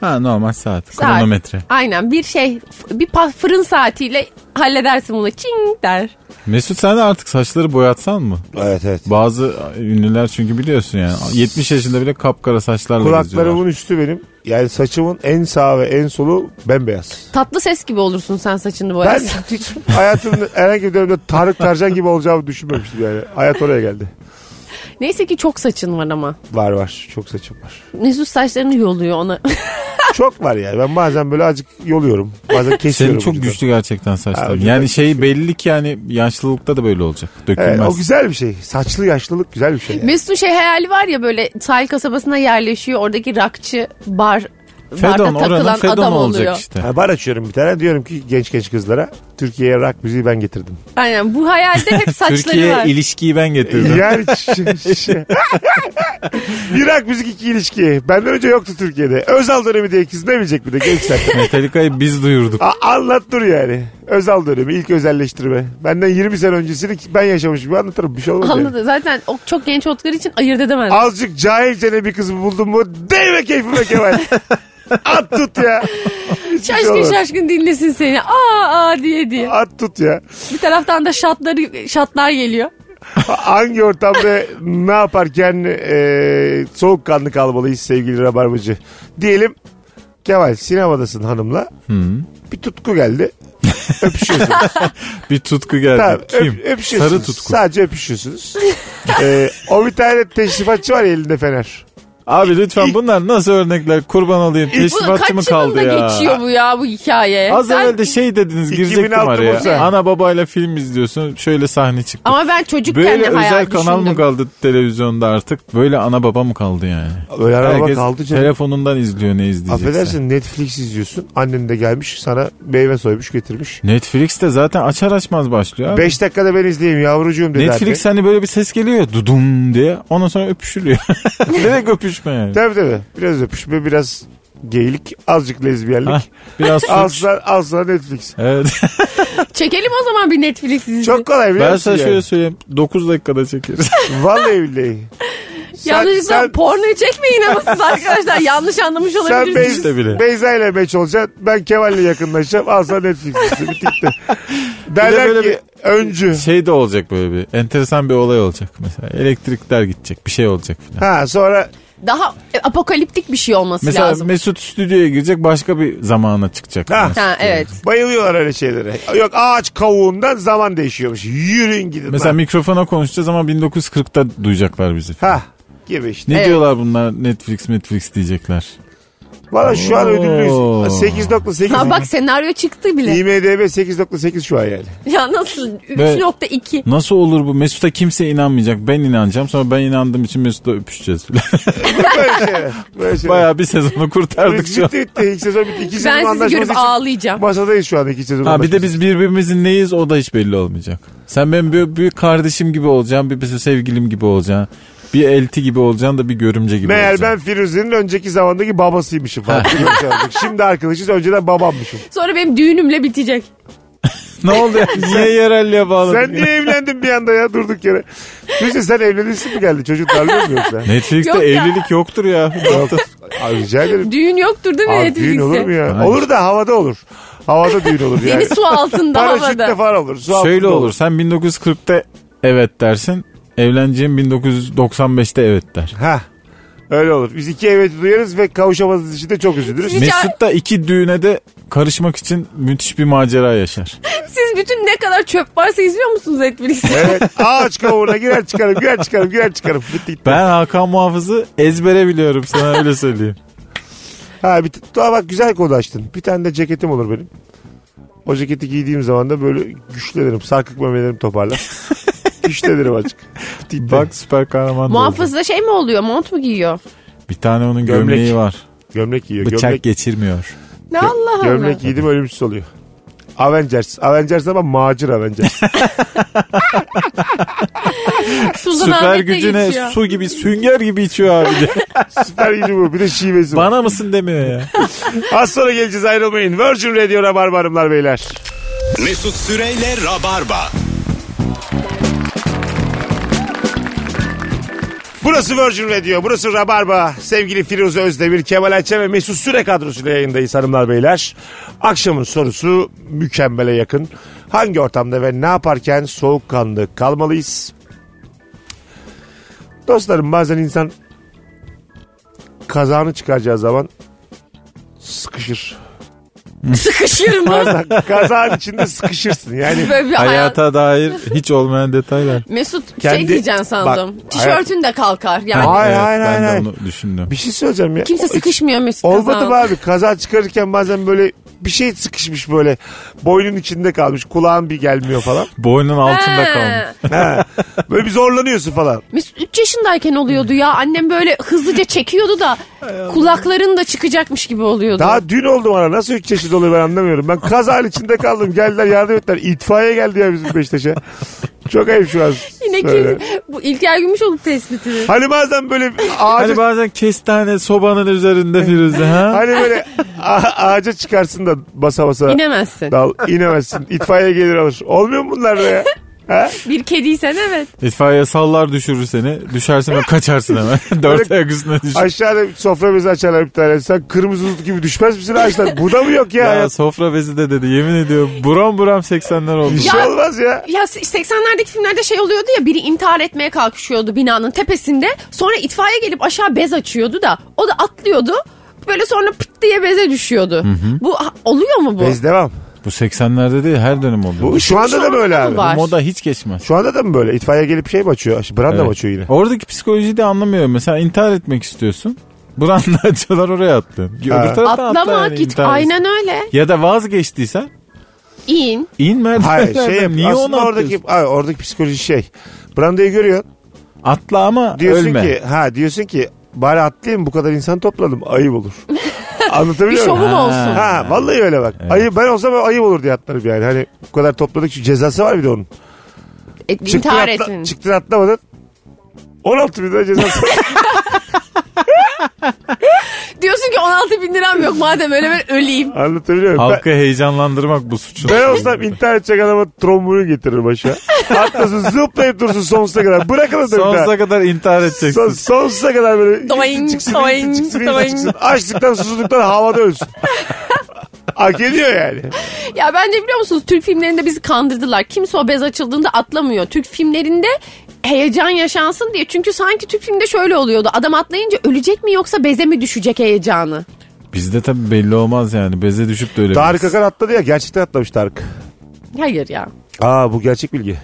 [SPEAKER 4] Ha normal saat.
[SPEAKER 3] Saat.
[SPEAKER 4] Kronometre.
[SPEAKER 3] Aynen bir şey f- bir pa- fırın saatiyle halledersin bunu. Çing der.
[SPEAKER 4] Mesut sen de artık saçları boyatsan mı?
[SPEAKER 2] Evet evet.
[SPEAKER 4] Bazı ünlüler çünkü biliyorsun yani 70 yaşında bile kapkara saçlarla geziyorlar.
[SPEAKER 2] Kulaklarımın üstü benim. Yani saçımın en sağ ve en solu bembeyaz.
[SPEAKER 3] Tatlı ses gibi olursun sen saçını
[SPEAKER 2] Ben
[SPEAKER 3] boyarsan.
[SPEAKER 2] hiç hayatımın herhangi bir dönemde Tarık Tarcan gibi olacağımı düşünmemiştim yani. Hayat oraya geldi.
[SPEAKER 3] Neyse ki çok saçın var ama.
[SPEAKER 2] Var var. Çok saçım var.
[SPEAKER 3] Mesut saçlarını yoluyor ona.
[SPEAKER 2] Çok var yani. Ben bazen böyle azıcık yoluyorum. Bazen
[SPEAKER 4] Senin
[SPEAKER 2] kesiyorum.
[SPEAKER 4] çok
[SPEAKER 2] ucundan.
[SPEAKER 4] güçlü gerçekten saçların.
[SPEAKER 2] ucundan
[SPEAKER 4] Yani şey belli ki yani yaşlılıkta da böyle olacak. Dökülmez.
[SPEAKER 2] Evet, o güzel bir şey. Saçlı yaşlılık güzel bir şey. yani.
[SPEAKER 3] Mesut'un şey hayali var ya böyle sahil kasabasına yerleşiyor. Oradaki rakçı bar
[SPEAKER 4] Fedon
[SPEAKER 3] barda takılan
[SPEAKER 4] oranın Fedon
[SPEAKER 3] adam
[SPEAKER 4] olacak
[SPEAKER 3] oluyor.
[SPEAKER 4] işte.
[SPEAKER 2] Ha, bar açıyorum bir tane. Diyorum ki genç genç kızlara Türkiye'ye rock müziği ben getirdim.
[SPEAKER 3] Aynen bu hayalde hep saçları
[SPEAKER 4] Türkiye
[SPEAKER 3] var.
[SPEAKER 4] ilişkiyi ben getirdim.
[SPEAKER 2] Yani ş- ş- bir rock müzik iki ilişki. Benden önce yoktu Türkiye'de. Özal dönemi diye kız ne bilecek bir de gençler.
[SPEAKER 4] Metallica'yı biz duyurduk.
[SPEAKER 2] A- anlat dur yani. Özal dönemi ilk özelleştirme. Benden 20 sene öncesini ben yaşamışım. Ben anlatırım bir şey olmaz. yani.
[SPEAKER 3] Anladı. Zaten o çok genç oldukları için ayırt edemez.
[SPEAKER 2] Azıcık cahilce bir kızı buldum mu değme keyfime Kemal. At tut ya. Hiçbir şey
[SPEAKER 3] şaşkın
[SPEAKER 2] olmaz.
[SPEAKER 3] şaşkın dinlesin seni. Aa aa diye diye.
[SPEAKER 2] At tut ya.
[SPEAKER 3] Bir taraftan da şatları şatlar geliyor.
[SPEAKER 2] Hangi ortamda ne yaparken e, soğukkanlı kalmalıyız sevgili Rabarbacı? Diyelim Kemal sinemadasın hanımla. Bir tutku geldi. Öpüşüyorsunuz.
[SPEAKER 4] Bir tutku geldi.
[SPEAKER 2] tamam, öp-
[SPEAKER 4] Kim?
[SPEAKER 2] öpüşüyorsunuz.
[SPEAKER 4] Sarı tutku.
[SPEAKER 2] Sadece öpüşüyorsunuz. E, o bir tane teşrifatçı var ya elinde fener.
[SPEAKER 4] Abi lütfen bunlar nasıl örnekler kurban olayım.
[SPEAKER 3] Bu
[SPEAKER 4] Teşrifatçı mı
[SPEAKER 3] kaç
[SPEAKER 4] kaldı
[SPEAKER 3] yılında
[SPEAKER 4] ya?
[SPEAKER 3] geçiyor bu ya bu hikaye?
[SPEAKER 4] Az
[SPEAKER 3] Sen-
[SPEAKER 4] evvel de şey dediniz girecektim
[SPEAKER 2] 2006
[SPEAKER 4] araya.
[SPEAKER 2] Musa.
[SPEAKER 4] Ana babayla film izliyorsun şöyle sahne çıktı.
[SPEAKER 3] Ama ben çocukken
[SPEAKER 4] Böyle
[SPEAKER 3] de hayal
[SPEAKER 4] özel kanal mı
[SPEAKER 3] düşündüm.
[SPEAKER 4] kaldı televizyonda artık? Böyle ana baba mı kaldı yani?
[SPEAKER 2] Öyle araba
[SPEAKER 4] Herkes
[SPEAKER 2] kaldı canım.
[SPEAKER 4] telefonundan izliyor ne izleyecekse.
[SPEAKER 2] Affedersin Netflix izliyorsun. Annen de gelmiş sana meyve soymuş getirmiş.
[SPEAKER 4] Netflix'te zaten açar açmaz başlıyor. abi.
[SPEAKER 2] 5 dakikada ben izleyeyim yavrucuğum dedi anne.
[SPEAKER 4] Netflix hani böyle bir ses geliyor ya dudum diye. Ondan sonra öpüşülüyor. Direkt öpüşme yani.
[SPEAKER 2] Tabii tabii. Biraz öpüşme, biraz geylik, azıcık
[SPEAKER 4] Hah,
[SPEAKER 2] lezbiyenlik.
[SPEAKER 4] Biraz suç.
[SPEAKER 2] Asla, asla Netflix.
[SPEAKER 4] Evet.
[SPEAKER 3] Çekelim o zaman bir Netflix dizisi.
[SPEAKER 2] Çok kolay biliyor
[SPEAKER 4] ben
[SPEAKER 2] musun?
[SPEAKER 4] sana şöyle
[SPEAKER 2] yani?
[SPEAKER 4] söyleyeyim. 9 dakikada çekeriz.
[SPEAKER 2] Vallahi billahi. Sen-
[SPEAKER 3] Yanlışlıkla
[SPEAKER 2] sen-
[SPEAKER 3] pornoyu çekmeyin ama siz arkadaşlar yanlış anlamış
[SPEAKER 2] Sen
[SPEAKER 3] olabilirsiniz.
[SPEAKER 2] Beyz,
[SPEAKER 4] işte bile.
[SPEAKER 2] Beyza ile meç olacaksın. Ben Kemal'le yakınlaşacağım. Asla Netflix. dizisi. Bitti gitti. Derler
[SPEAKER 4] böyle
[SPEAKER 2] ki öncü.
[SPEAKER 4] şey de olacak böyle bir. Enteresan bir olay olacak mesela. Elektrikler gidecek. Bir şey olacak falan.
[SPEAKER 2] Ha sonra
[SPEAKER 3] Daha e, apokaliptik bir şey olması
[SPEAKER 4] Mesela
[SPEAKER 3] lazım.
[SPEAKER 4] Mesut stüdyoya girecek başka bir zamana çıkacak.
[SPEAKER 2] Ha.
[SPEAKER 4] Mesela.
[SPEAKER 3] Ha evet.
[SPEAKER 2] bayılıyorlar öyle şeylere. Yok ağaç kavuğundan zaman değişiyormuş. Yürüyün gidin.
[SPEAKER 4] Mesela
[SPEAKER 2] lan.
[SPEAKER 4] mikrofona konuşacağız ama 1940'ta duyacaklar bizi.
[SPEAKER 2] Ha gibi işte.
[SPEAKER 4] Ne
[SPEAKER 3] Evet.
[SPEAKER 4] diyorlar bunlar Netflix Netflix diyecekler.
[SPEAKER 2] Valla şu an
[SPEAKER 4] Oo.
[SPEAKER 2] ödüllüyüz.
[SPEAKER 3] Ha
[SPEAKER 2] 8.8.
[SPEAKER 3] bak senaryo çıktı bile.
[SPEAKER 2] IMDB 8.8 şu an yani.
[SPEAKER 3] Ya nasıl?
[SPEAKER 4] Ve-
[SPEAKER 3] 3.2.
[SPEAKER 4] Nasıl olur bu? Mesut'a kimse inanmayacak. Ben inanacağım. Sonra ben inandığım için Mesut'la öpüşeceğiz. filan.
[SPEAKER 2] Böyle şeyler. Böyle şeyler.
[SPEAKER 4] Bayağı bir sezonu kurtardık şu an.
[SPEAKER 2] Bitti bitti. İlk sezon bitti. İki sezon
[SPEAKER 3] Ben sizi
[SPEAKER 2] anlaşması
[SPEAKER 3] görüp
[SPEAKER 2] için
[SPEAKER 3] ağlayacağım.
[SPEAKER 2] masadayız şu an iki sezon
[SPEAKER 4] Ha bir de
[SPEAKER 2] anlaşması.
[SPEAKER 4] biz birbirimizin neyiz o da hiç belli olmayacak. Sen benim bir, bir kardeşim gibi olacaksın, bir mesela sevgilim gibi olacaksın. Bir elti gibi olacaksın da bir görümce gibi
[SPEAKER 2] Meğer ben
[SPEAKER 4] olacaksın.
[SPEAKER 2] Firuze'nin önceki zamandaki babasıymışım falan. Şimdi arkadaşız önceden babammışım.
[SPEAKER 3] Sonra benim düğünümle bitecek.
[SPEAKER 4] Ne oldu ya? Niye yerelliğe bağladın?
[SPEAKER 2] Sen niye evlendin bir anda ya durduk yere? Firuze sen evlenirsin mi geldi? Çocuk darlıyor mu yoksa?
[SPEAKER 4] Netflix'te
[SPEAKER 3] Yok ya.
[SPEAKER 4] evlilik yoktur ya.
[SPEAKER 2] Yok. Abi rica ederim.
[SPEAKER 3] Düğün yoktur değil mi
[SPEAKER 2] Abi, düğün
[SPEAKER 3] Netflix'te?
[SPEAKER 2] olur mu ya?
[SPEAKER 4] Hayır.
[SPEAKER 2] Olur da havada olur. Havada düğün olur yani.
[SPEAKER 3] Deniz su altında
[SPEAKER 2] Paraşütle
[SPEAKER 3] havada.
[SPEAKER 2] falan olur. Su
[SPEAKER 4] Şöyle
[SPEAKER 2] altında
[SPEAKER 4] olur. Sen 1940'ta evet dersin. Evleneceğim 1995'te evet der.
[SPEAKER 2] Hah. Öyle olur. Biz iki evet duyarız ve kavuşamadığımız için de çok üzülürüz.
[SPEAKER 3] Hiç
[SPEAKER 4] Mesut da iki düğüne de karışmak için müthiş bir macera yaşar.
[SPEAKER 3] Siz bütün ne kadar çöp varsa izliyor musunuz Netflix'te?
[SPEAKER 2] Evet. Ağaç kavuğuna girer çıkarım, girer çıkarım, girer çıkarım. Bitti gitti.
[SPEAKER 4] Ben Hakan Muhafız'ı ezbere biliyorum sana öyle söyleyeyim.
[SPEAKER 2] Ha bir daha bak güzel konu açtın. Bir tane de ceketim olur benim. O ceketi giydiğim zaman da böyle güçlenirim. Sarkık memelerim toparlar. güçlenirim azıcık. Bitti gitti.
[SPEAKER 4] Bak süper kahraman. da oldu.
[SPEAKER 3] Muhafızda şey mi oluyor? Mont mu giyiyor?
[SPEAKER 4] Bir tane onun
[SPEAKER 2] Gömlek.
[SPEAKER 4] gömleği var.
[SPEAKER 2] gömlek giyiyor.
[SPEAKER 4] Bıçak
[SPEAKER 2] gömlek,
[SPEAKER 4] geçirmiyor.
[SPEAKER 3] Ne Allah Allah.
[SPEAKER 2] gömlek giydim ölümsüz oluyor. Avengers. Avengers ama macir Avengers.
[SPEAKER 3] Suzan
[SPEAKER 4] Süper
[SPEAKER 3] Ahmet'le
[SPEAKER 4] gücüne
[SPEAKER 3] geçiyor.
[SPEAKER 4] su gibi sünger gibi içiyor abi. diye.
[SPEAKER 2] Süper gücü bu. Bir de şivesi var.
[SPEAKER 4] Bana mısın demiyor ya.
[SPEAKER 2] Az sonra geleceğiz ayrılmayın. Virgin Radio Rabarba Hanımlar Beyler.
[SPEAKER 1] Mesut Süreyle Rabarba.
[SPEAKER 2] Burası Virgin Radio, burası Rabarba. Sevgili Firuze Özdemir, Kemal Ayça ve Mesut Süre kadrosuyla yayındayız hanımlar beyler. Akşamın sorusu mükemmele yakın. Hangi ortamda ve ne yaparken soğukkanlı kalmalıyız? Dostlarım bazen insan kazağını çıkaracağı zaman sıkışır.
[SPEAKER 3] Sıkışır mı?
[SPEAKER 2] Kazağın içinde sıkışırsın yani.
[SPEAKER 3] Böyle bir hayat.
[SPEAKER 4] Hayata dair hiç olmayan detaylar.
[SPEAKER 3] Mesut şey
[SPEAKER 2] Kendi-
[SPEAKER 3] diyeceksin sandım.
[SPEAKER 2] Bak,
[SPEAKER 3] Tişörtün de kalkar. Yani
[SPEAKER 2] Hayır,
[SPEAKER 4] Evet,
[SPEAKER 2] hayır,
[SPEAKER 4] ben
[SPEAKER 2] hayır,
[SPEAKER 4] de
[SPEAKER 2] hayır.
[SPEAKER 4] onu düşündüm.
[SPEAKER 2] Bir şey söyleyeceğim ya.
[SPEAKER 3] kimse
[SPEAKER 2] O-
[SPEAKER 3] sıkışmıyor Mesut
[SPEAKER 2] Olmadı
[SPEAKER 3] Kazan.
[SPEAKER 2] mı abi? Kaza çıkarırken bazen böyle bir şey sıkışmış böyle. Boynun içinde kalmış. Kulağın bir gelmiyor falan.
[SPEAKER 4] Boynun altında
[SPEAKER 3] Ha.
[SPEAKER 4] kalmış. Hani
[SPEAKER 2] Ha. Böyle bir zorlanıyorsun falan.
[SPEAKER 3] Mesut 3 yaşındayken oluyordu ya. Annem böyle hızlıca çekiyordu da kulakların da çıkacakmış gibi oluyordu.
[SPEAKER 2] Daha dün oldu bana. Nasıl 3 yaşında oluyor ben anlamıyorum. Ben kazanın içinde kaldım. Geldiler yardım ettiler. İtfaiye geldi ya bizim Beşiktaş'a. Çok ayıp şu an.
[SPEAKER 3] Yine
[SPEAKER 2] Böyle.
[SPEAKER 3] kim? Bu İlker Gümüşoğlu tespitini.
[SPEAKER 2] Hani bazen böyle ağaca,
[SPEAKER 4] Hani
[SPEAKER 2] hani,
[SPEAKER 4] bazen kestane sobanın üzerinde Firuze ha?
[SPEAKER 2] böyle a- ağaca çıkarsın da basa basa.
[SPEAKER 3] İnemezsin.
[SPEAKER 2] Dal, inemezsin. İtfaiye gelir alır. Olmuyor mu bunlar be ya? Ha?
[SPEAKER 3] Bir kediysen evet.
[SPEAKER 4] İtfaiye sallar düşürür seni. Düşersin ve kaçarsın hemen. Dört ayak üstüne düşür.
[SPEAKER 2] Aşağıda sofra bezi açarlar bir tane. Sen kırmızı dut gibi düşmez misin ağaçtan? Bu da mı yok ya?
[SPEAKER 4] Ya,
[SPEAKER 2] hayat?
[SPEAKER 4] sofra bezi de dedi yemin ediyorum. Buram buram 80'ler oldu.
[SPEAKER 2] Bir şey olmaz ya.
[SPEAKER 3] Ya 80'lerdeki filmlerde şey oluyordu ya biri intihar etmeye kalkışıyordu binanın tepesinde. Sonra itfaiye gelip aşağı bez açıyordu da o da atlıyordu. Böyle sonra pıt diye beze düşüyordu. Bu ha- oluyor mu bu?
[SPEAKER 2] Bez devam.
[SPEAKER 4] Bu 80'lerde değil her dönem oluyor.
[SPEAKER 2] Bu, şu anda da
[SPEAKER 3] anda
[SPEAKER 2] böyle
[SPEAKER 3] mı
[SPEAKER 2] abi.
[SPEAKER 3] var?
[SPEAKER 4] Moda hiç geçmez.
[SPEAKER 2] Şu anda da mı böyle? İtfaiye gelip şey mi açıyor? Aşı- Branda mı
[SPEAKER 4] Evet.
[SPEAKER 2] açıyor yine?
[SPEAKER 4] Oradaki psikolojiyi de anlamıyorum. Mesela intihar etmek istiyorsun. Branda açıyorlar oraya attın. Öbür
[SPEAKER 2] Ha.
[SPEAKER 4] taraftan atla
[SPEAKER 3] Atlama
[SPEAKER 4] yani
[SPEAKER 3] git
[SPEAKER 4] intihar etsin.
[SPEAKER 3] aynen öyle.
[SPEAKER 4] Ya da vazgeçtiysen
[SPEAKER 3] İn.
[SPEAKER 4] in
[SPEAKER 2] Hayır
[SPEAKER 4] merdivenlerden.
[SPEAKER 2] şey yap.
[SPEAKER 4] Niye onu
[SPEAKER 2] aslında oradaki,
[SPEAKER 4] atıyorsun?
[SPEAKER 2] hayır, oradaki psikoloji şey. Brandayı görüyorsun.
[SPEAKER 4] Atla ama
[SPEAKER 2] Diyorsun
[SPEAKER 4] ölme.
[SPEAKER 2] ki ha diyorsun ki bari atlayayım bu kadar insan topladım ayıp olur.
[SPEAKER 3] Bir
[SPEAKER 2] Anlatabiliyor
[SPEAKER 3] şovun
[SPEAKER 2] muyum?
[SPEAKER 3] olsun.
[SPEAKER 2] Ha vallahi öyle bak. Ayıp ben olsam ayıp olur diye atlarım yani. Hani bu kadar topladık şu cezası var bir de onun.
[SPEAKER 3] E,
[SPEAKER 2] Çıktın,
[SPEAKER 3] intihar
[SPEAKER 2] atla-
[SPEAKER 3] etin.
[SPEAKER 2] çıktın atlamadın. 16 bin lira cezası.
[SPEAKER 3] Diyorsun ki 16 bin liram yok madem öyle ben öleyim.
[SPEAKER 2] Anlatabiliyor muyum? Ben-
[SPEAKER 4] Halkı heyecanlandırmak bu suçun.
[SPEAKER 2] Ben olsam intihar edecek adama trombonu getiririm aşağı. Atlasın zıplayıp dursun sonsuza kadar. Bırakın adamı
[SPEAKER 4] Sonsuza kadar intihar edeceksin.
[SPEAKER 2] Son, sonsuza kadar böyle
[SPEAKER 3] Doing,
[SPEAKER 2] doing, çıksın,
[SPEAKER 3] doing,
[SPEAKER 2] doing, çıksın, birisi
[SPEAKER 3] doing.
[SPEAKER 2] çıksın. Açlıktan susuzluktan havada ölsün. Hak ediyor yani.
[SPEAKER 3] Ya bence biliyor musunuz Türk filmlerinde bizi kandırdılar. Kimse o bez açıldığında atlamıyor. Türk filmlerinde heyecan yaşansın diye. Çünkü sanki Türk filminde şöyle oluyordu. Adam atlayınca ölecek mi yoksa beze mi düşecek heyecanı?
[SPEAKER 4] Bizde tabii belli olmaz yani. Beze düşüp de öyle.
[SPEAKER 2] Tarık Akan atladı ya gerçekten atlamış Tarık.
[SPEAKER 3] Hayır ya.
[SPEAKER 2] Aa bu gerçek bilgi.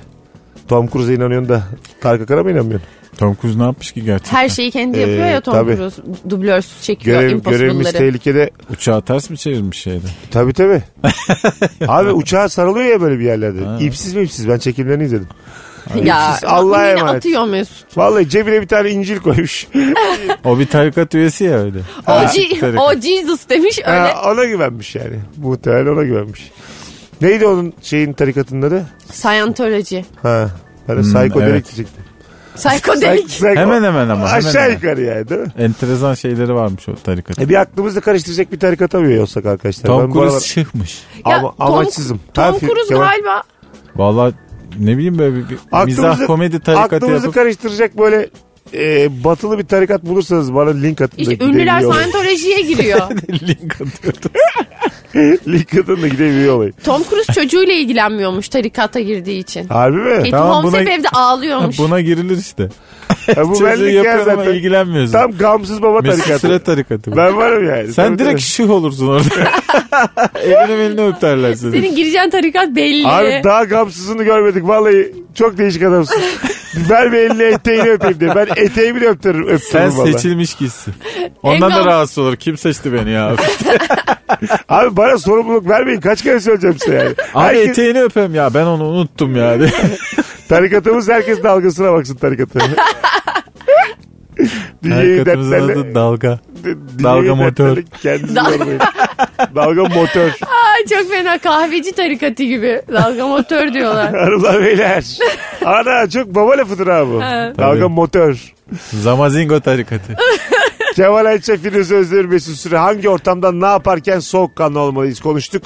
[SPEAKER 2] Tom Cruise'a inanıyorsun da Tarık Akan'a mı inanmıyorsun?
[SPEAKER 4] Tom Cruise ne yapmış ki gerçekten?
[SPEAKER 3] Her şeyi kendi yapıyor
[SPEAKER 2] Ee,
[SPEAKER 3] ya Tom
[SPEAKER 2] tabii.
[SPEAKER 3] Cruise. Dublörsüz çekiyor
[SPEAKER 2] Görev, görevimiz
[SPEAKER 3] Impossible'ları.
[SPEAKER 2] tehlikede.
[SPEAKER 4] Uçağı ters mi çevirmiş şeyde?
[SPEAKER 2] Tabii tabii. Abi uçağa sarılıyor ya böyle bir yerlerde. İpsiz mi ipsiz ben çekimlerini izledim.
[SPEAKER 3] ya
[SPEAKER 2] Siz Allah'a
[SPEAKER 3] yine
[SPEAKER 2] emanet.
[SPEAKER 3] atıyor Mesut.
[SPEAKER 2] Vallahi cebine bir tane incil koymuş.
[SPEAKER 4] O bir tarikat üyesi ya öyle.
[SPEAKER 3] O,
[SPEAKER 4] Değişik bir
[SPEAKER 3] Je-
[SPEAKER 4] tarikat.
[SPEAKER 3] o Jesus demiş öyle.
[SPEAKER 2] Ha, ona güvenmiş yani. Muhtemelen ona güvenmiş. Neydi onun şeyin tarikatının adı?
[SPEAKER 3] Scientology.
[SPEAKER 2] Ha. Ben de psikodelik
[SPEAKER 4] Hmm, evet.
[SPEAKER 2] diyecektim.
[SPEAKER 3] Psikodelik.
[SPEAKER 2] Psy-
[SPEAKER 4] Hemen hemen ama, hemen
[SPEAKER 2] Aşağı
[SPEAKER 4] hemen.
[SPEAKER 2] yukarı yani değil mi?
[SPEAKER 4] Enteresan şeyleri varmış o tarikatın.
[SPEAKER 2] E bir aklımızı karıştıracak bir tarikat arıyor olsak arkadaşlar.
[SPEAKER 4] Tom
[SPEAKER 2] bu
[SPEAKER 4] Cruise
[SPEAKER 2] aralar-
[SPEAKER 4] şıkmış.
[SPEAKER 3] Ya
[SPEAKER 2] ama,
[SPEAKER 3] Tom-
[SPEAKER 2] amaçsızım.
[SPEAKER 3] Tom
[SPEAKER 2] Ha, fi-
[SPEAKER 3] Cruise
[SPEAKER 2] Kemal-
[SPEAKER 3] galiba
[SPEAKER 4] Vallahi ne bileyim böyle bir, bir
[SPEAKER 2] Aklımızı-
[SPEAKER 4] mizah komedi tarikatı
[SPEAKER 2] Aklımızı
[SPEAKER 4] yapıp
[SPEAKER 2] karıştıracak böyle e, batılı bir tarikat bulursanız bana link atın. da
[SPEAKER 3] işte
[SPEAKER 2] gideyim
[SPEAKER 3] ünlüler
[SPEAKER 2] iyi olayım.
[SPEAKER 3] Scientology'ye giriyor.
[SPEAKER 4] link atıyordu.
[SPEAKER 2] link atın da gideyim iyi olayım.
[SPEAKER 3] Tom Cruise çocuğuyla ilgilenmiyormuş tarikata girdiği için.
[SPEAKER 2] Harbi mi?
[SPEAKER 3] Katie
[SPEAKER 4] Tamam,
[SPEAKER 3] Holmes
[SPEAKER 4] buna-
[SPEAKER 3] hep evde ağlıyormuş.
[SPEAKER 4] Buna girilir işte.
[SPEAKER 2] Ha, bu
[SPEAKER 4] Çocuğu
[SPEAKER 2] benlik ya
[SPEAKER 4] yapıyorsun ama
[SPEAKER 2] zaten.
[SPEAKER 4] ilgilenmiyorsun.
[SPEAKER 2] Tam gamsız baba
[SPEAKER 4] Mesut Süre
[SPEAKER 2] tarikatı.
[SPEAKER 4] tarikatı.
[SPEAKER 2] Ben varım yani.
[SPEAKER 4] Sen
[SPEAKER 2] Tabii,
[SPEAKER 4] direkt
[SPEAKER 2] tabii.
[SPEAKER 4] şık olursun orada. elini elini öperler seni.
[SPEAKER 3] Senin gireceğin tarikat belli.
[SPEAKER 2] Abi daha gamsızını görmedik. Vallahi çok değişik adamsın. Ver bir elini eteğini öpeyim diye. Ben eteğimi de
[SPEAKER 4] Sen
[SPEAKER 2] öptürürüm. öptürürüm valla.
[SPEAKER 4] seçilmiş gitsin. Ondan da
[SPEAKER 3] Engam-
[SPEAKER 4] rahatsız olur. Kim seçti beni ya?
[SPEAKER 2] Abi bana sorumluluk vermeyin. Kaç kere söyleyeceğim size yani.
[SPEAKER 4] Abi
[SPEAKER 2] Herkes-
[SPEAKER 4] eteğini öpem ya. Ben onu unuttum yani.
[SPEAKER 2] Tarikatımız herkes dalgasına baksın tarikatı. Dünyayı
[SPEAKER 4] Tarikatımızın
[SPEAKER 2] dertlerle...
[SPEAKER 4] adı dalga.
[SPEAKER 2] dü-
[SPEAKER 4] dalga
[SPEAKER 2] dünyayı
[SPEAKER 4] motor.
[SPEAKER 2] dertlerle Kendinizi yormayın. dalga motor.
[SPEAKER 3] Ay çok fena kahveci tarikatı gibi. Dalga motor diyorlar.
[SPEAKER 2] Hanımlar beyler. Ana çok baba lafıdır abi bu. Dalga
[SPEAKER 4] Tabii.
[SPEAKER 2] motor.
[SPEAKER 4] Zamazingo tarikatı.
[SPEAKER 2] Kemal Ayça, Firuze Özdemir, Mesut Süre hangi ortamda ne yaparken soğukkanlı olmalıyız konuştuk.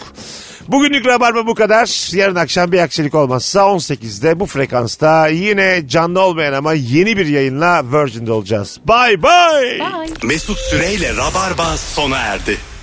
[SPEAKER 2] Bugünlük Rabarba bu kadar. Yarın akşam bir aksilik olmazsa 18'de bu frekansta yine canlı olmayan ama yeni bir yayınla Virgin'de olacağız. Bye bye.
[SPEAKER 3] Bye.
[SPEAKER 1] Mesut Süreyle Rabarba sona erdi.